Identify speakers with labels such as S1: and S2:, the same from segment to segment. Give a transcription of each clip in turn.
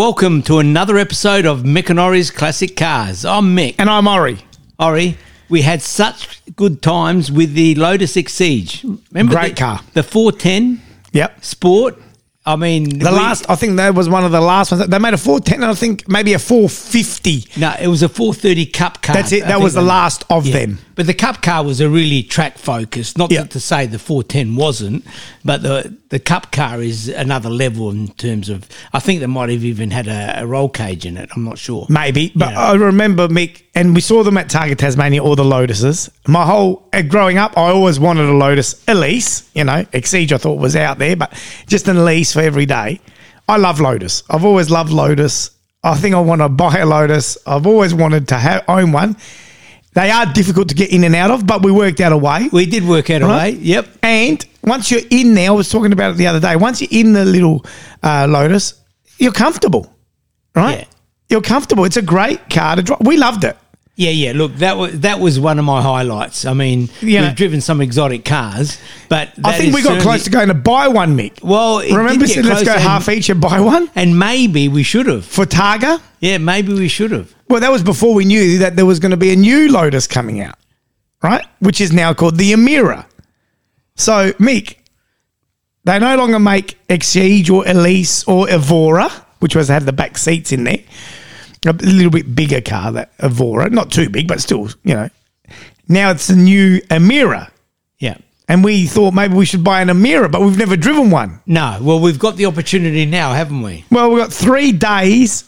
S1: Welcome to another episode of Mick and Ori's Classic Cars. I'm Mick.
S2: And I'm Ori.
S1: Ori, we had such good times with the Lotus Exige. Remember
S2: Great
S1: the,
S2: car.
S1: the 410
S2: Yep.
S1: Sport? I mean,
S2: The last, I think that was one of the last ones. They made a 410, and I think maybe a 450.
S1: No, it was a 430 Cup car.
S2: That's it.
S1: I
S2: That
S1: think
S2: was the
S1: they-
S2: last of
S1: Yeah.
S2: them.
S1: But the Cup car was a really track focused. Not
S2: Yeah.
S1: that to say the 410 wasn't, but the the Cup car is another level in terms of. I think they might have even had a, a roll cage in it. I'm not sure.
S2: Maybe, but
S1: Yeah.
S2: I remember Mick, and we saw them at Target Tasmania, all the Lotuses. My whole uh, growing up, I always wanted a Lotus Elise, you know, Exige I thought was out there, but just an Elise for every day. I love Lotus. I've always loved Lotus. I think I want to buy a Lotus. I've always wanted to ha- own one. They are difficult to get in and out of, but we worked out a way.
S1: We did work out
S2: Right?
S1: a way. Yep.
S2: And once you're in there, I was talking about it the other day. Once you're in the little uh, Lotus, you're comfortable, right?
S1: Yeah.
S2: You're comfortable. It's a great car to drive. We loved it.
S1: Yeah, yeah. Look, that was that was one of my highlights. I mean,
S2: Yeah.
S1: we've driven some exotic cars, but
S2: I
S1: that
S2: think
S1: is
S2: we got
S1: certainly-
S2: close to going to buy one, Mick.
S1: Well, it
S2: Remember,
S1: did
S2: we
S1: get
S2: said let's go
S1: close and-
S2: half each and buy one
S1: and maybe we should have.
S2: for Targa.
S1: Yeah, maybe we should have.
S2: Well, that was before we knew that there was going to be a new Lotus coming out, right? Which is now called the Amira. So, Mick, they no longer make Exige or Elise or Evora, which was had the back seats in there. A little bit bigger car, that Evora, not too big, but still, you know. Now it's the new Amira,
S1: Yeah.
S2: and we thought maybe we should buy an Amira, but we've never driven one.
S1: No. Well, we've got the opportunity now, haven't we?
S2: Well, we've got three days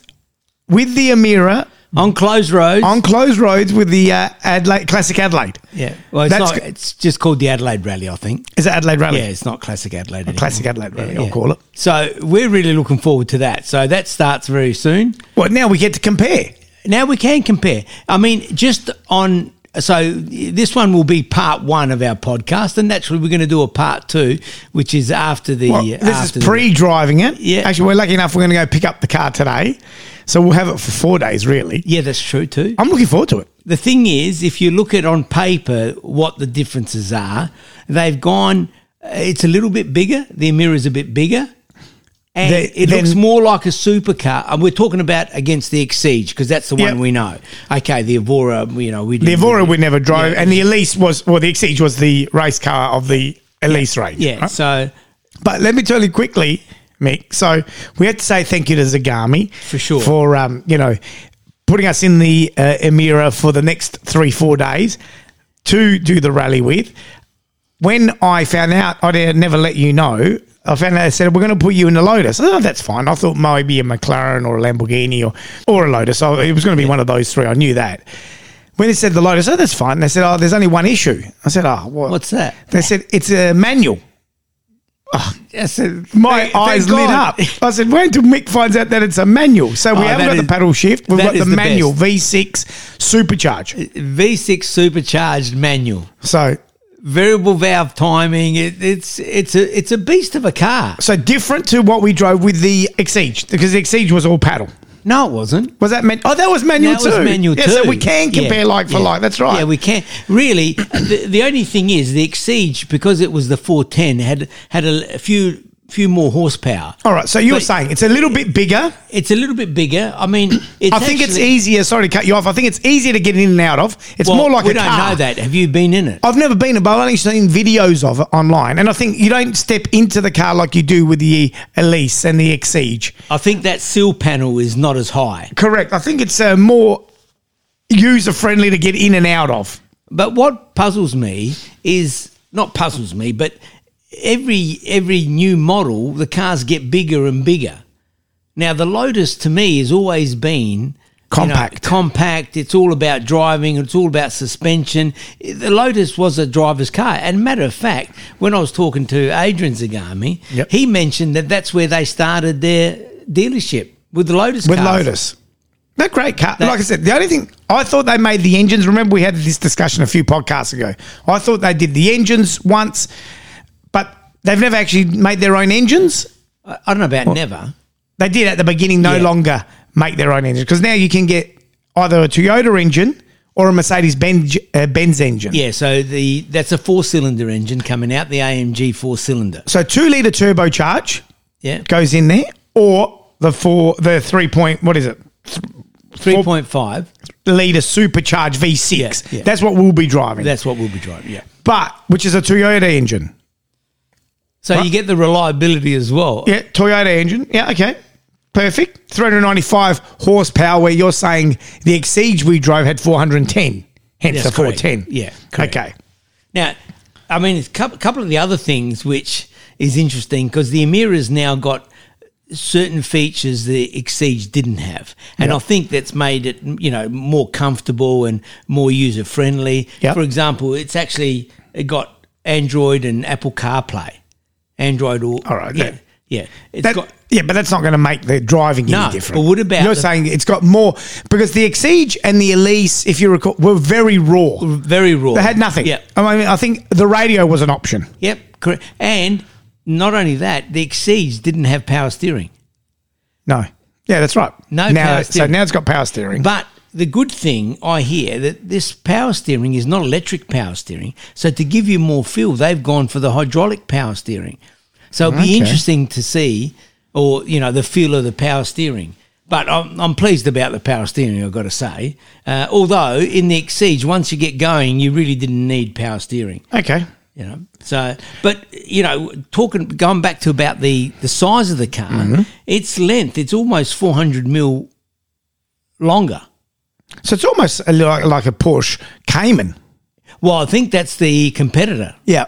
S2: with the Amira
S1: On closed roads.
S2: on closed roads with the uh, Adelaide Classic Adelaide.
S1: yeah. Well, it's
S2: That's
S1: not.
S2: g-
S1: It's just called the Adelaide Rally, I think.
S2: Is it Adelaide Rally?
S1: Yeah, it's not classic Adelaide. anymore.
S2: Classic Adelaide Rally, I'll
S1: Yeah.
S2: call it.
S1: So we're really looking forward to that. So that starts very soon.
S2: Well, now we get to compare.
S1: Now we can compare. I mean, just on. So this one will be part one of our podcast, and naturally we're going to do a part two, which is after the.
S2: Well, this
S1: after
S2: is
S1: the-
S2: pre-driving it.
S1: Yeah.
S2: Actually, we're lucky enough we're going to go pick up the car today. So we'll have it for four days, really.
S1: yeah, that's true too.
S2: I'm looking forward to it.
S1: The thing is, if you look at on paper what the differences are, they've gone. uh, It's a little bit bigger. The mirror's a bit bigger. And
S2: The-
S1: it
S2: then-
S1: looks more like a supercar, and we're talking about against the Exige because that's the
S2: Yep.
S1: one we know. Okay, the Evora, you know, we
S2: The
S1: didn't
S2: Evora
S1: really-
S2: we never drove, and the Elise was, well, the Exige was the race car of the Elise range.
S1: yeah.
S2: right?
S1: So
S2: But let me tell you quickly, Mick. So we had to say thank you to Zagami
S1: For sure.
S2: for um, you know putting us in the uh, Emira for the next three four days to do the rally with. When I found out, I didn't never let you know. I found out they said we're going to put you in the Lotus. Oh, that's fine. I thought maybe a McLaren or a Lamborghini or or a Lotus. Oh, it was going to be one of those three. I knew that. When they said the Lotus, oh, that's fine. They said, oh, there's only one issue. I said, oh, what?
S1: what's that?
S2: They said it's a manual.
S1: Yes,
S2: My eyes lit up. I said, "Wait until Mick finds out that it's a manual." So we
S1: Oh,
S2: haven't
S1: that
S2: got
S1: is-
S2: the paddle shift. We've
S1: that
S2: got
S1: is
S2: the
S1: the
S2: manual V6 supercharge.
S1: V6 supercharged manual,
S2: So,
S1: variable valve timing. It, it's it's a it's a beast of a car.
S2: so different to what we drove with the Exige because the Exige was all paddle.
S1: No, it wasn't.
S2: Was that man? Oh, that was manual
S1: That
S2: too.
S1: was manual
S2: yeah,
S1: too.
S2: So we can
S1: Yeah,
S2: compare like for
S1: yeah.
S2: like. That's right.
S1: Yeah, we can. Really, the, the only thing is the Exige because it was the 410 had had a, a few few more horsepower.
S2: all right. So you were
S1: But-
S2: saying it's a little bit bigger.
S1: It's a little bit bigger. I mean, it's
S2: I think it's
S1: actually-
S2: easier. Sorry to cut you off. I think it's easier to get in and out of. It's
S1: well,
S2: more like
S1: we
S2: a
S1: don't
S2: car.
S1: know that. Have you been in it?
S2: I've never been, but I've only seen videos of it online. And I think you don't step into the car like you do with the Elise and the Exige.
S1: I think that sill panel is not as high.
S2: Correct. I think it's uh, more user friendly to get in and out of.
S1: But what puzzles me is not puzzles me, but every every new model, the cars get bigger and bigger. Now the Lotus to me has always been you know,
S2: Compact.
S1: compact. It's all about driving. It's all about suspension. The Lotus was a driver's car. And matter of fact, when I was talking to Adrian Zagami,
S2: Yep.
S1: he mentioned that that's where they started their dealership with the Lotus.
S2: with
S1: cars.
S2: Lotus. They're great car. like I said, the only thing I thought they made the engines. Remember, we had this discussion a few podcasts ago. I thought they did the engines once, but they've never actually made their own engines.
S1: I I don't know about never.
S2: They did at the beginning no
S1: Yeah.
S2: longer make their own engines because now you can get either a Toyota engine or a Mercedes Benz, uh, Benz engine.
S1: Yeah, so the that's a four cylinder engine coming out, the AMG four cylinder.
S2: So two litre turbocharge
S1: Yeah.
S2: goes in there or the four, the three point, what is it?
S1: Three point five.
S2: Liter supercharged V6.
S1: Yeah, yeah.
S2: That's what we'll be driving.
S1: That's what we'll be driving. Yeah.
S2: but which is a Toyota engine.
S1: So you get the reliability as well.
S2: Yeah, Toyota engine. Yeah, okay. Perfect. 395 horsepower, where you're saying the Exige we drove had 410, hence
S1: Yes,
S2: the
S1: correct.
S2: 410.
S1: Yeah, correct.
S2: Okay.
S1: Now, I mean, it's a couple, couple of the other things which is interesting because the Amira's now got certain features the Exige didn't have, and
S2: Yep.
S1: I think that's made it you know more comfortable and more user friendly.
S2: Yep.
S1: For example, it's actually it got Android and Apple CarPlay, Android or
S2: All right,
S1: yeah,
S2: that-
S1: yeah, it's
S2: That-
S1: got
S2: yeah, but that's not going to make the driving
S1: No,
S2: any different.
S1: but what about
S2: you're
S1: the-
S2: saying it's got more because the Exige and the Elise, if you recall, were very raw.
S1: very raw.
S2: They had nothing.
S1: Yeah,
S2: I mean, I think the radio was an option.
S1: yep, correct. And not only that, the Exige didn't have power steering.
S2: No. Yeah, that's right.
S1: No
S2: now,
S1: power
S2: So
S1: steering.
S2: now it's got power steering.
S1: But the good thing I hear that this power steering is not electric power steering. So to give you more feel, they've gone for the hydraulic power steering. So it'll
S2: Okay.
S1: be interesting to see, or you know, the feel of the power steering. But I'm, I'm pleased about the power steering. I've got to say, uh, although in the Exige, once you get going, you really didn't need power steering.
S2: okay.
S1: You know, so but you know, talking going back to about the the size of the car, its length, it's almost 400 mil longer.
S2: So it's almost a, li- like, a Porsche Cayman.
S1: Well, I think that's the competitor.
S2: Yeah.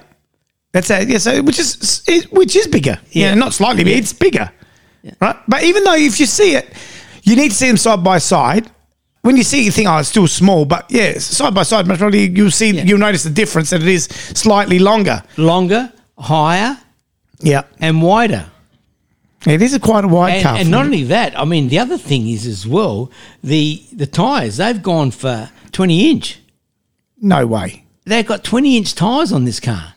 S2: That's a, yeah, so which is it- which is bigger. Yeah,
S1: Yeah.
S2: not slightly, but it's bigger. Right? But even though if you see it, you need to see them side by side. When you see it, you think, oh, it's still small, but yeah, it's side by side, most probably you'll see, you'll notice the difference that it is slightly longer.
S1: Longer, higher,
S2: Yeah.
S1: and wider.
S2: It is a quite a wide
S1: And,
S2: car.
S1: and not only that, I mean, the other thing is as well the the tyres. They've gone for twenty inch.
S2: no way.
S1: They've got twenty inch tyres on this car,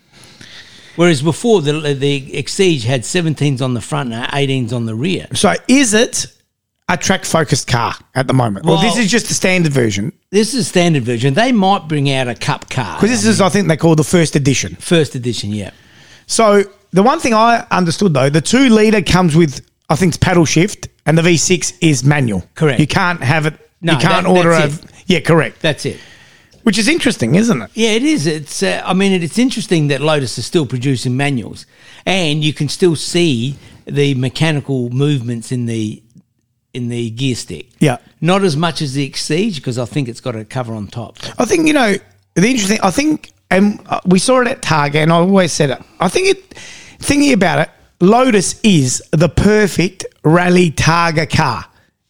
S1: whereas before the the Exige had seventeens on the front and eighteens on the rear.
S2: So is it a track focused car at the moment? Well, this
S1: Well-
S2: is just the standard version.
S1: This is standard version. They might bring out a cup car.
S2: Because this is, I think they call the first edition.
S1: first edition, yeah.
S2: So the one thing I understood though, the two liter comes with I think it's paddle shift, and the V6 is manual.
S1: Correct.
S2: You can't have it.
S1: No,
S2: you can't
S1: that-
S2: order a.
S1: that's
S2: Yeah, correct.
S1: That's it.
S2: Which is interesting, isn't it?
S1: Yeah, it is. It's. Uh, I mean, it's interesting that Lotus is still producing manuals, and you can still see the mechanical movements in the in the gear stick.
S2: Yeah.
S1: Not as much as the Exige because I think it's got a cover on top.
S2: I think you know the interesting. I think, and uh, we saw it at Target, and I always said it. I think it. Thinking about it, Lotus is the perfect rally Targa car,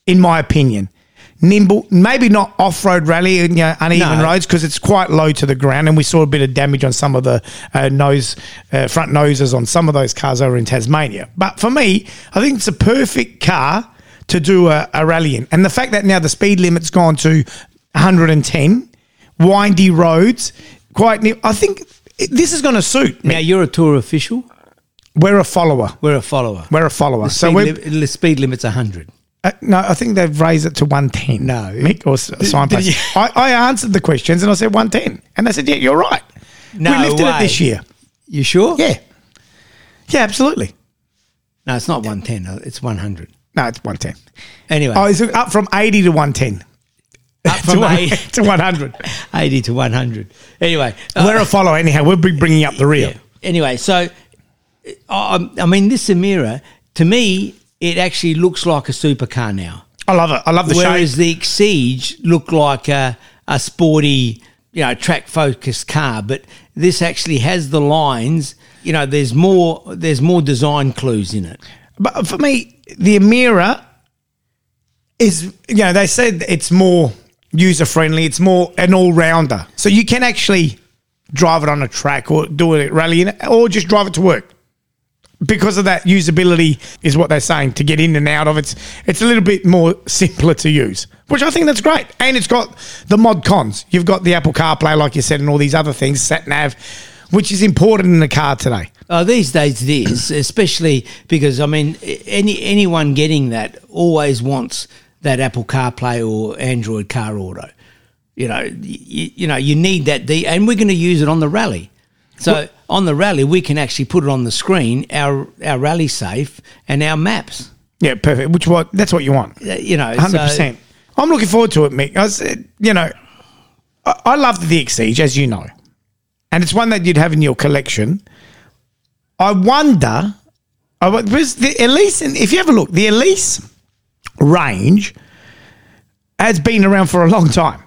S2: in my opinion. Nimble, maybe not off-road rally and you know, uneven
S1: No.
S2: roads because it's quite low to the ground, and we saw a bit of damage on some of the uh, nose uh, front noses on some of those cars over in Tasmania. But for me, I think it's a perfect car to do a, a rally in, and the fact that now the speed limit's gone to 110, windy roads, quite near. I think it- this is going to suit. Me.
S1: Now you're a tour official.
S2: We're a follower.
S1: We're a follower.
S2: We're a follower. so
S1: speed
S2: we
S1: lim- the speed limit's hundred.
S2: uh, no, I think they've raised it to 110. No. Mick or S- signpost.
S1: you-
S2: I, I answered the questions and I said 110. And they said, yeah, you're right.
S1: No
S2: we lifted it
S1: way.
S2: this year.
S1: You sure?
S2: Yeah. Yeah, absolutely.
S1: No, it's not one ten. It's one hundred.
S2: No, it's 110.
S1: Anyway,
S2: Oh, it's up from 80 to 110.
S1: up
S2: to,
S1: from
S2: one-
S1: eight-
S2: to 100.
S1: eighty to one hundred. Anyway, uh,
S2: We're a follower anyhow. We'll be bringing up the rear.
S1: Anyway, so I, I mean, this Amira to me, it actually looks like a supercar now,
S2: I love it. I love the shape.
S1: whereas the Exige looked like a, a sporty, you know, track focused car. But this actually has the lines. You know, there's more. There's more design clues in it.
S2: But for me, the Amira is, you know, they said it's more user friendly, it's more an all rounder. So you can actually drive it on a track or do it at rally in it, or just drive it to work. Because of that usability is what they're saying to get in and out of it's it's a little bit more simpler to use, which I think that's great. And it's got the mod cons. You've got the Apple CarPlay, like you said, and all these other things, sat nav, which is important in the car today.
S1: Oh, these days it is, especially because I mean, any anyone getting that always wants that Apple CarPlay or Android Car Auto. You know, you, you know, you need that. D, and we're going to use it on the rally. So on the rally, we can actually put it on the screen, our our rally safe and our maps.
S2: Yeah, perfect. Which what that's what you want.
S1: Uh, You know, so-
S2: Hundred percent. I'm looking forward to it, Mick. I said, you know, I, I love the Vic Siege, as you know, and it's one that you'd have in your collection. I wonder, I, wa- because the Elise, and if you have a look, the Elise range has been around for a long time,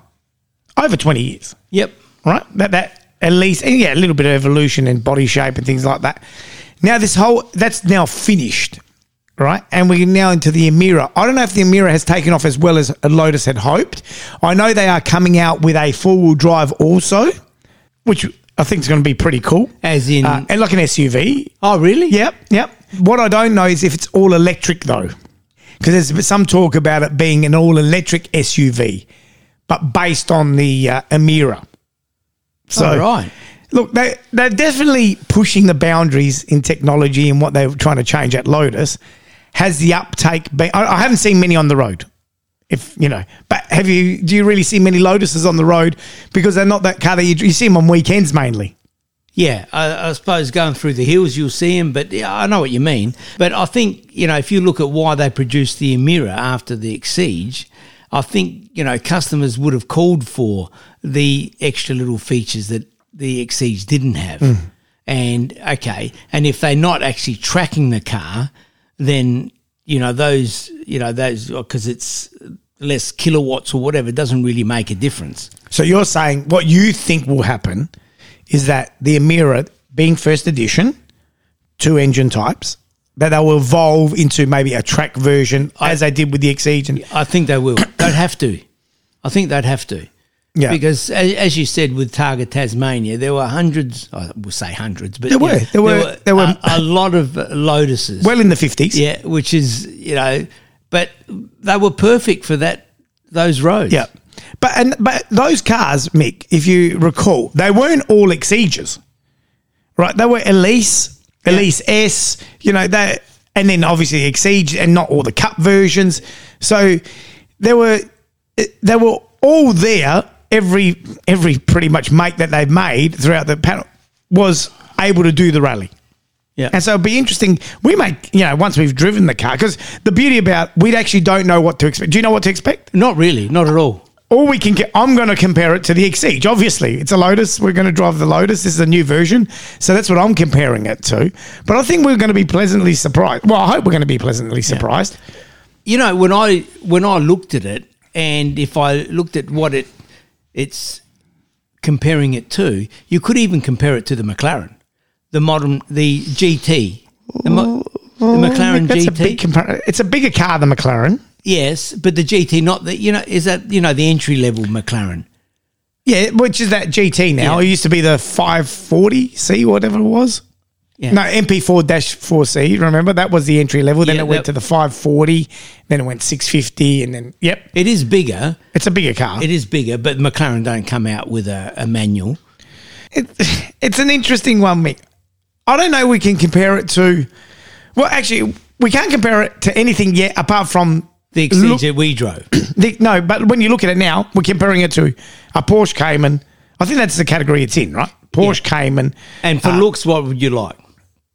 S2: over twenty years
S1: Yep.
S2: right? That that at least and yeah, a little bit of evolution and body shape and things like that. Now this whole that's now finished, right? And we're now into the Amira. I don't know if the Amira has taken off as well as Lotus had hoped. I know they are coming out with a four wheel drive also, which I think is going to be pretty cool.
S1: As in,
S2: Uh, and like an SUV,
S1: oh really?
S2: Yep, yep. What I don't know is if it's all electric though, because there's some talk about it being an all electric SUV, but based on the uh, Amira. So,
S1: All right.
S2: look, they they're definitely pushing the boundaries in technology and what they're trying to change at Lotus. Has the uptake been? I, I haven't seen many on the road. If you know, but have you? Do you really see many Lotuses on the road? Because they're not that car that you, you see them on weekends mainly.
S1: Yeah, I, I suppose going through the hills you'll see them, but yeah, I know what you mean. But I think you know if you look at why they produced the Emira after the Exige, I think you know customers would have called for the extra little features that the Exige didn't have. And okay, and if they're not actually tracking the car, then you know those you know those because it's less kilowatts or whatever it doesn't really make a difference.
S2: So you're saying what you think will happen is that the Amira, being first edition, two engine types, that they will evolve into maybe a track version as they did with the Exige. And,
S1: I think they will. they'd have to. I think they'd have to.
S2: yeah,
S1: Because, as, as you said, with Target Tasmania, there were hundreds, I will say hundreds, but
S2: There
S1: you
S2: were, there were- there were-
S1: a, a lot of lotuses.
S2: well in the fifties.
S1: yeah, which is, you know, but they were perfect for that those roads.
S2: yeah. But and but those cars, Mick, if you recall, they weren't all Exiges, right? They were Elise, Elise S, you know that, and then obviously Exige, and not all the Cup versions. So there were eh, they were all there. Every every pretty much make that they've made throughout the panel was able to do the rally.
S1: Yeah.
S2: And so it'd be interesting. We make, you know, once we've driven the car, because the beauty about we actually don't know what to expect. Do you know what to expect?
S1: Not really, not at all.
S2: Or we can. Get, I'm going to compare it to the Exige. Obviously, it's a Lotus. We're going to drive the Lotus. This is a new version, so that's what I'm comparing it to. But I think we're going to be pleasantly surprised. Well, I hope we're going to be pleasantly surprised.
S1: you know when I when I looked at it, and if I looked at what it it's comparing it to, you could even compare it to the McLaren, the modern the GT, the, mo- the McLaren
S2: Oh, that's
S1: GT.
S2: a big. Compar- it's a bigger car than McLaren.
S1: yes, but the GT, not the you know, is that you know the entry level McLaren?
S2: Yeah, which is that GT now.
S1: Yeah.
S2: It used to be the 540C, whatever it was.
S1: Yeah.
S2: No, MP4 4C. Remember that was the entry level. Then
S1: Yeah,
S2: it went
S1: that-
S2: to the 540. Then it went 650, and then yep,
S1: It is bigger.
S2: it's a bigger car.
S1: It is bigger, but McLaren don't come out with a, a manual.
S2: it, it's an interesting one, Mick. I don't know. We can compare it to. Well, actually, we can't compare it to anything yet, apart from
S1: The Exige
S2: Look-
S1: that we drove.
S2: the, no. But when you look at it now, we're comparing it to a Porsche Cayman. I think that's the category it's in, right? Porsche Cayman.
S1: And for looks, what would you like?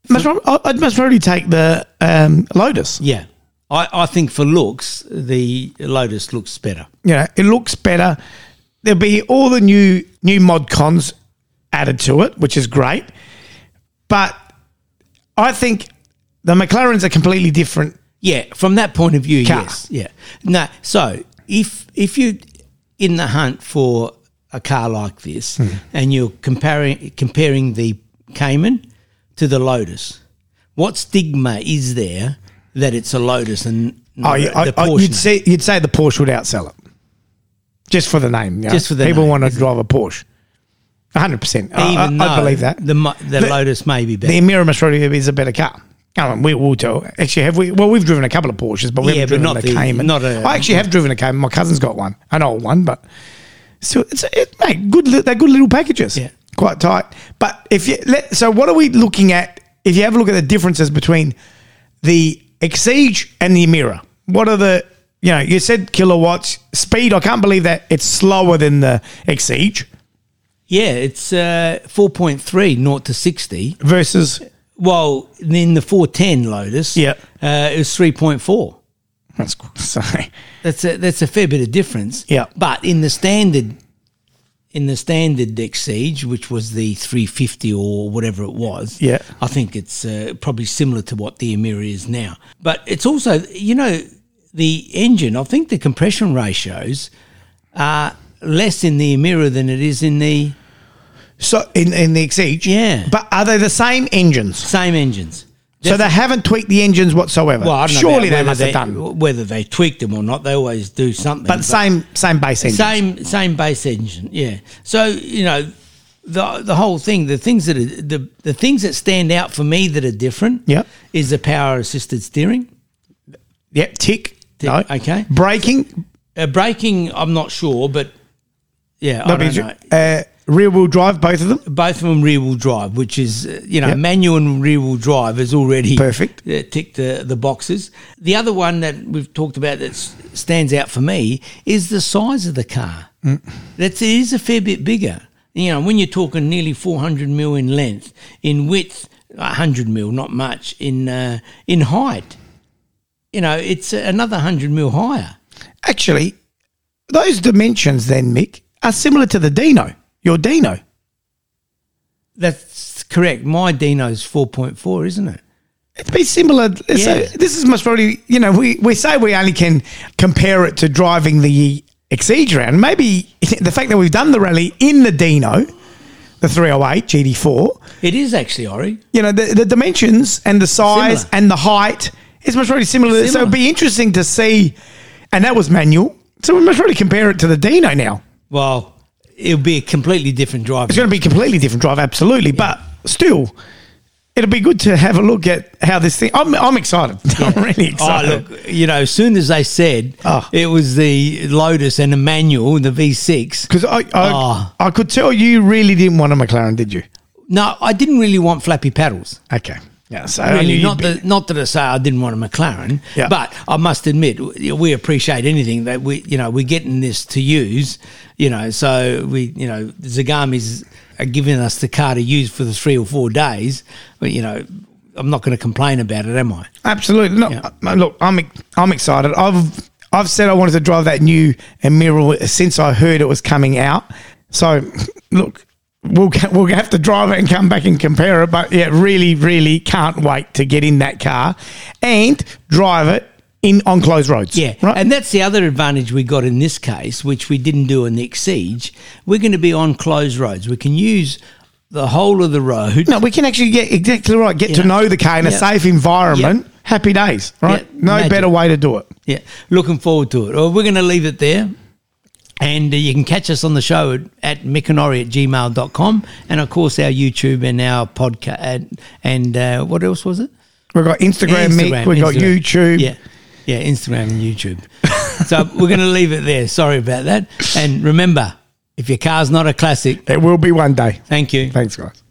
S2: Must prob- I- I'd must probably take the um, Lotus.
S1: Yeah, I, I think for looks, the Lotus looks better.
S2: You know, it looks better. There'll be all the new new mod cons added to it, which is great. But I think the McLarens are completely different.
S1: Yeah, from that point of view,
S2: Car.
S1: yes. Yeah. No, so if if you in the hunt for a car like this
S2: Hmm.
S1: and you're comparing comparing the Cayman to the Lotus, what stigma is there that it's a Lotus and
S2: Oh,
S1: not
S2: yeah,
S1: the
S2: I, I,
S1: Porsche?
S2: you'd say you'd say the Porsche would outsell it, just for the name. you know.
S1: Just for the
S2: people
S1: name,
S2: want to drive a Porsche. One hundred percent.
S1: even
S2: I, I
S1: though
S2: believe that
S1: the mo- the,
S2: The-
S1: Lotus may be better.
S2: the Amira Maserati is a better car. I mean, we will tell. Actually, have we? Well, we've driven a couple of Porsches, but we
S1: Yeah, but
S2: haven't driven
S1: not
S2: a
S1: the-
S2: Cayman.
S1: not a-
S2: I actually have driven a Cayman. My cousin's got one, an old one, but still, it's it, mate, good. li- They're good little packages.
S1: Yeah.
S2: quite tight. But if you let, so, what are we looking at? If you have a look at the differences between the Exige and the Amira, what are the? You know, you said kilowatts speed. I can't believe that it's slower than the Exige
S1: yeah, it's uh, 4.3 naught to 60
S2: versus
S1: well, in the 410 Lotus,
S2: Yeah.
S1: uh, it was 3.4.
S2: That's cool. So,
S1: That's a that's a fair bit of difference.
S2: Yeah.
S1: But in the standard in the standard deck siege, which was the 350 or whatever it was,
S2: Yeah.
S1: I think it's uh, probably similar to what the Emira is now. But it's also you know the engine. I think the compression ratios are less in the Emira than it is in the
S2: so in, in the Exige,
S1: Yeah.
S2: But are they the same engines?
S1: same engines.
S2: So they haven't tweaked the engines whatsoever.
S1: Well, I don't know
S2: Surely
S1: about
S2: they
S1: whether
S2: must have done.
S1: whether they tweaked them or not. They always do something.
S2: But same same base engine.
S1: Same same base engine, yeah. So you know, the the whole thing, the things that are, the the things that stand out for me that are different,
S2: Yeah.
S1: is the power assisted steering.
S2: Yep. Tick. No.
S1: okay.
S2: Braking.
S1: Uh, braking, I'm not sure, but yeah, I don't know.
S2: Uh, rear wheel drive. Both of them.
S1: Both of them rear wheel drive, which is uh, you know
S2: Yep.
S1: manual and rear wheel drive is already
S2: Perfect.
S1: Uh, ticked the the boxes. The other one that we've talked about that s- stands out for me is the size of the car.
S2: Mm.
S1: That's it is a fair bit bigger. You know, when you're talking nearly 400 mil in length, in width 100 mil, not much in uh, in height. You know, it's another 100 mil higher.
S2: Actually, those dimensions then, Mick, are similar to the Dino. Your Dino.
S1: That's correct. My Dino's 4.4, isn't it?
S2: It'd be similar. So
S1: Yeah.
S2: this is most probably, you know, we, we say we only can compare it to driving the Exige round. Maybe the fact that we've done the rally in the Dino, the 308 GD4,
S1: It is actually, Ori.
S2: you know, the, the dimensions and the size
S1: Similar.
S2: and the height is most probably similar. So it'd
S1: Similar.
S2: be interesting to see. And that was manual. So we must probably compare it to the Dino now.
S1: Well, it'll be a completely different drive.
S2: It's going to be a completely different drive, absolutely. But still, it'll be good to have a look at how this thing. I'm, I'm excited. I'm really
S1: Oh,
S2: excited.
S1: look, you know, as soon as they said
S2: Oh.
S1: it was the Lotus and the manual, the V6.
S2: Because I, I,
S1: Ah.
S2: I could tell you really didn't want a McLaren, did you?
S1: No, I didn't really want flappy paddles.
S2: Okay. Yeah. So I knew
S1: Really,
S2: you'd
S1: not
S2: be-
S1: that, not that I say I didn't want a McLaren,
S2: Yeah.
S1: but I must admit we we appreciate anything that we, you know, we're getting this to use, you know. So we, you know, Zagami's are giving us the car to use for the three or four days, but you know, I'm not going to complain about it, am I?
S2: absolutely. No,
S1: Yeah.
S2: uh, Look, I'm ex- I'm excited. I've I've said I wanted to drive that new Emira since I heard it was coming out. So look, we'll ca- we'll have to drive it and come back and compare it. But yeah, really, really can't wait to get in that car and drive it in on closed roads.
S1: Yeah,
S2: Right.
S1: and that's the other advantage we got in this case, which we didn't do in the Siege. We're going to be on closed roads. We can use the whole of the road.
S2: No, we can actually get exactly right. Get
S1: Yeah.
S2: to know the car in a
S1: Yeah.
S2: safe environment. Happy days, right?
S1: Yeah,
S2: No
S1: magic.
S2: better way to do it.
S1: Yeah, looking forward to it. Well, we're going to leave it there. And uh, you can catch us on the show at, at mickanori at gmail.com and, of course, our YouTube and our podcast. And, and uh, what else was it?
S2: We've got Instagram, Mick. We've got
S1: Instagram.
S2: YouTube.
S1: Yeah. Yeah, Instagram and YouTube. so we're going to leave it there. Sorry about that. And remember, if your car's not a classic,
S2: It will be one day.
S1: thank you.
S2: Thanks, guys.